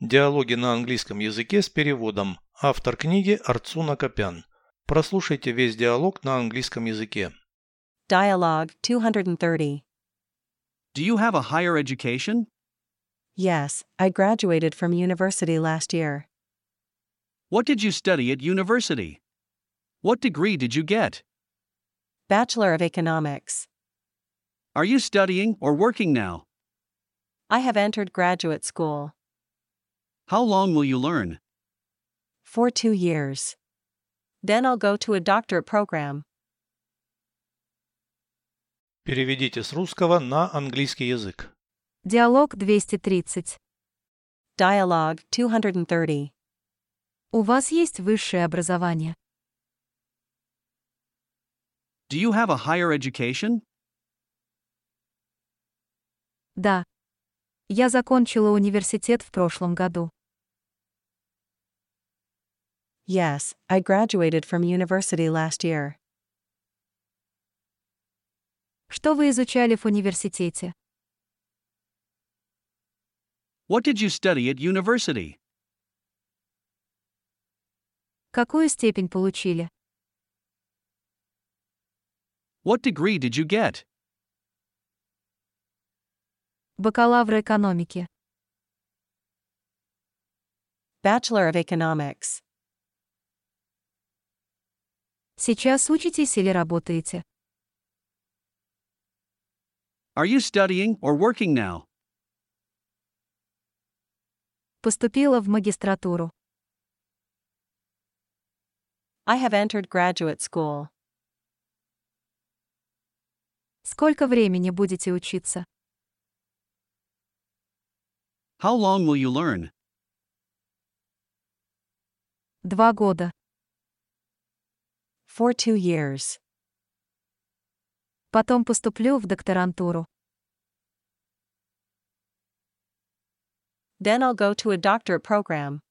Диалоги на английском языке с переводом. Автор книги Арцуна Копян. Прослушайте весь диалог на английском языке. Dialogue 230. Do you have a higher education? Yes, I graduated from university last year. What did you study at university? What degree did you get? Bachelor of Economics. Are you studying or working now? I have entered graduate school. How long will you learn? For two years. Then I'll go to a doctorate program. Переведите с русского на английский язык. Диалог 230. Dialogue 230. У вас есть высшее образование? Do you have a higher education? Да. Я закончила университет в прошлом году. Yes, I graduated from university last year. Что вы изучали в университете? What did you study at university? Какую степень получили? What degree did you get? Бакалавр экономики. Bachelor of Economics. Сейчас учитесь или работаете? Are you studying or working now? Поступила в магистратуру. I have entered graduate school. Сколько времени будете учиться? How long will you learn? Два года. For two years. Потом поступлю в докторантуру. Then I'll go to a doctorate program.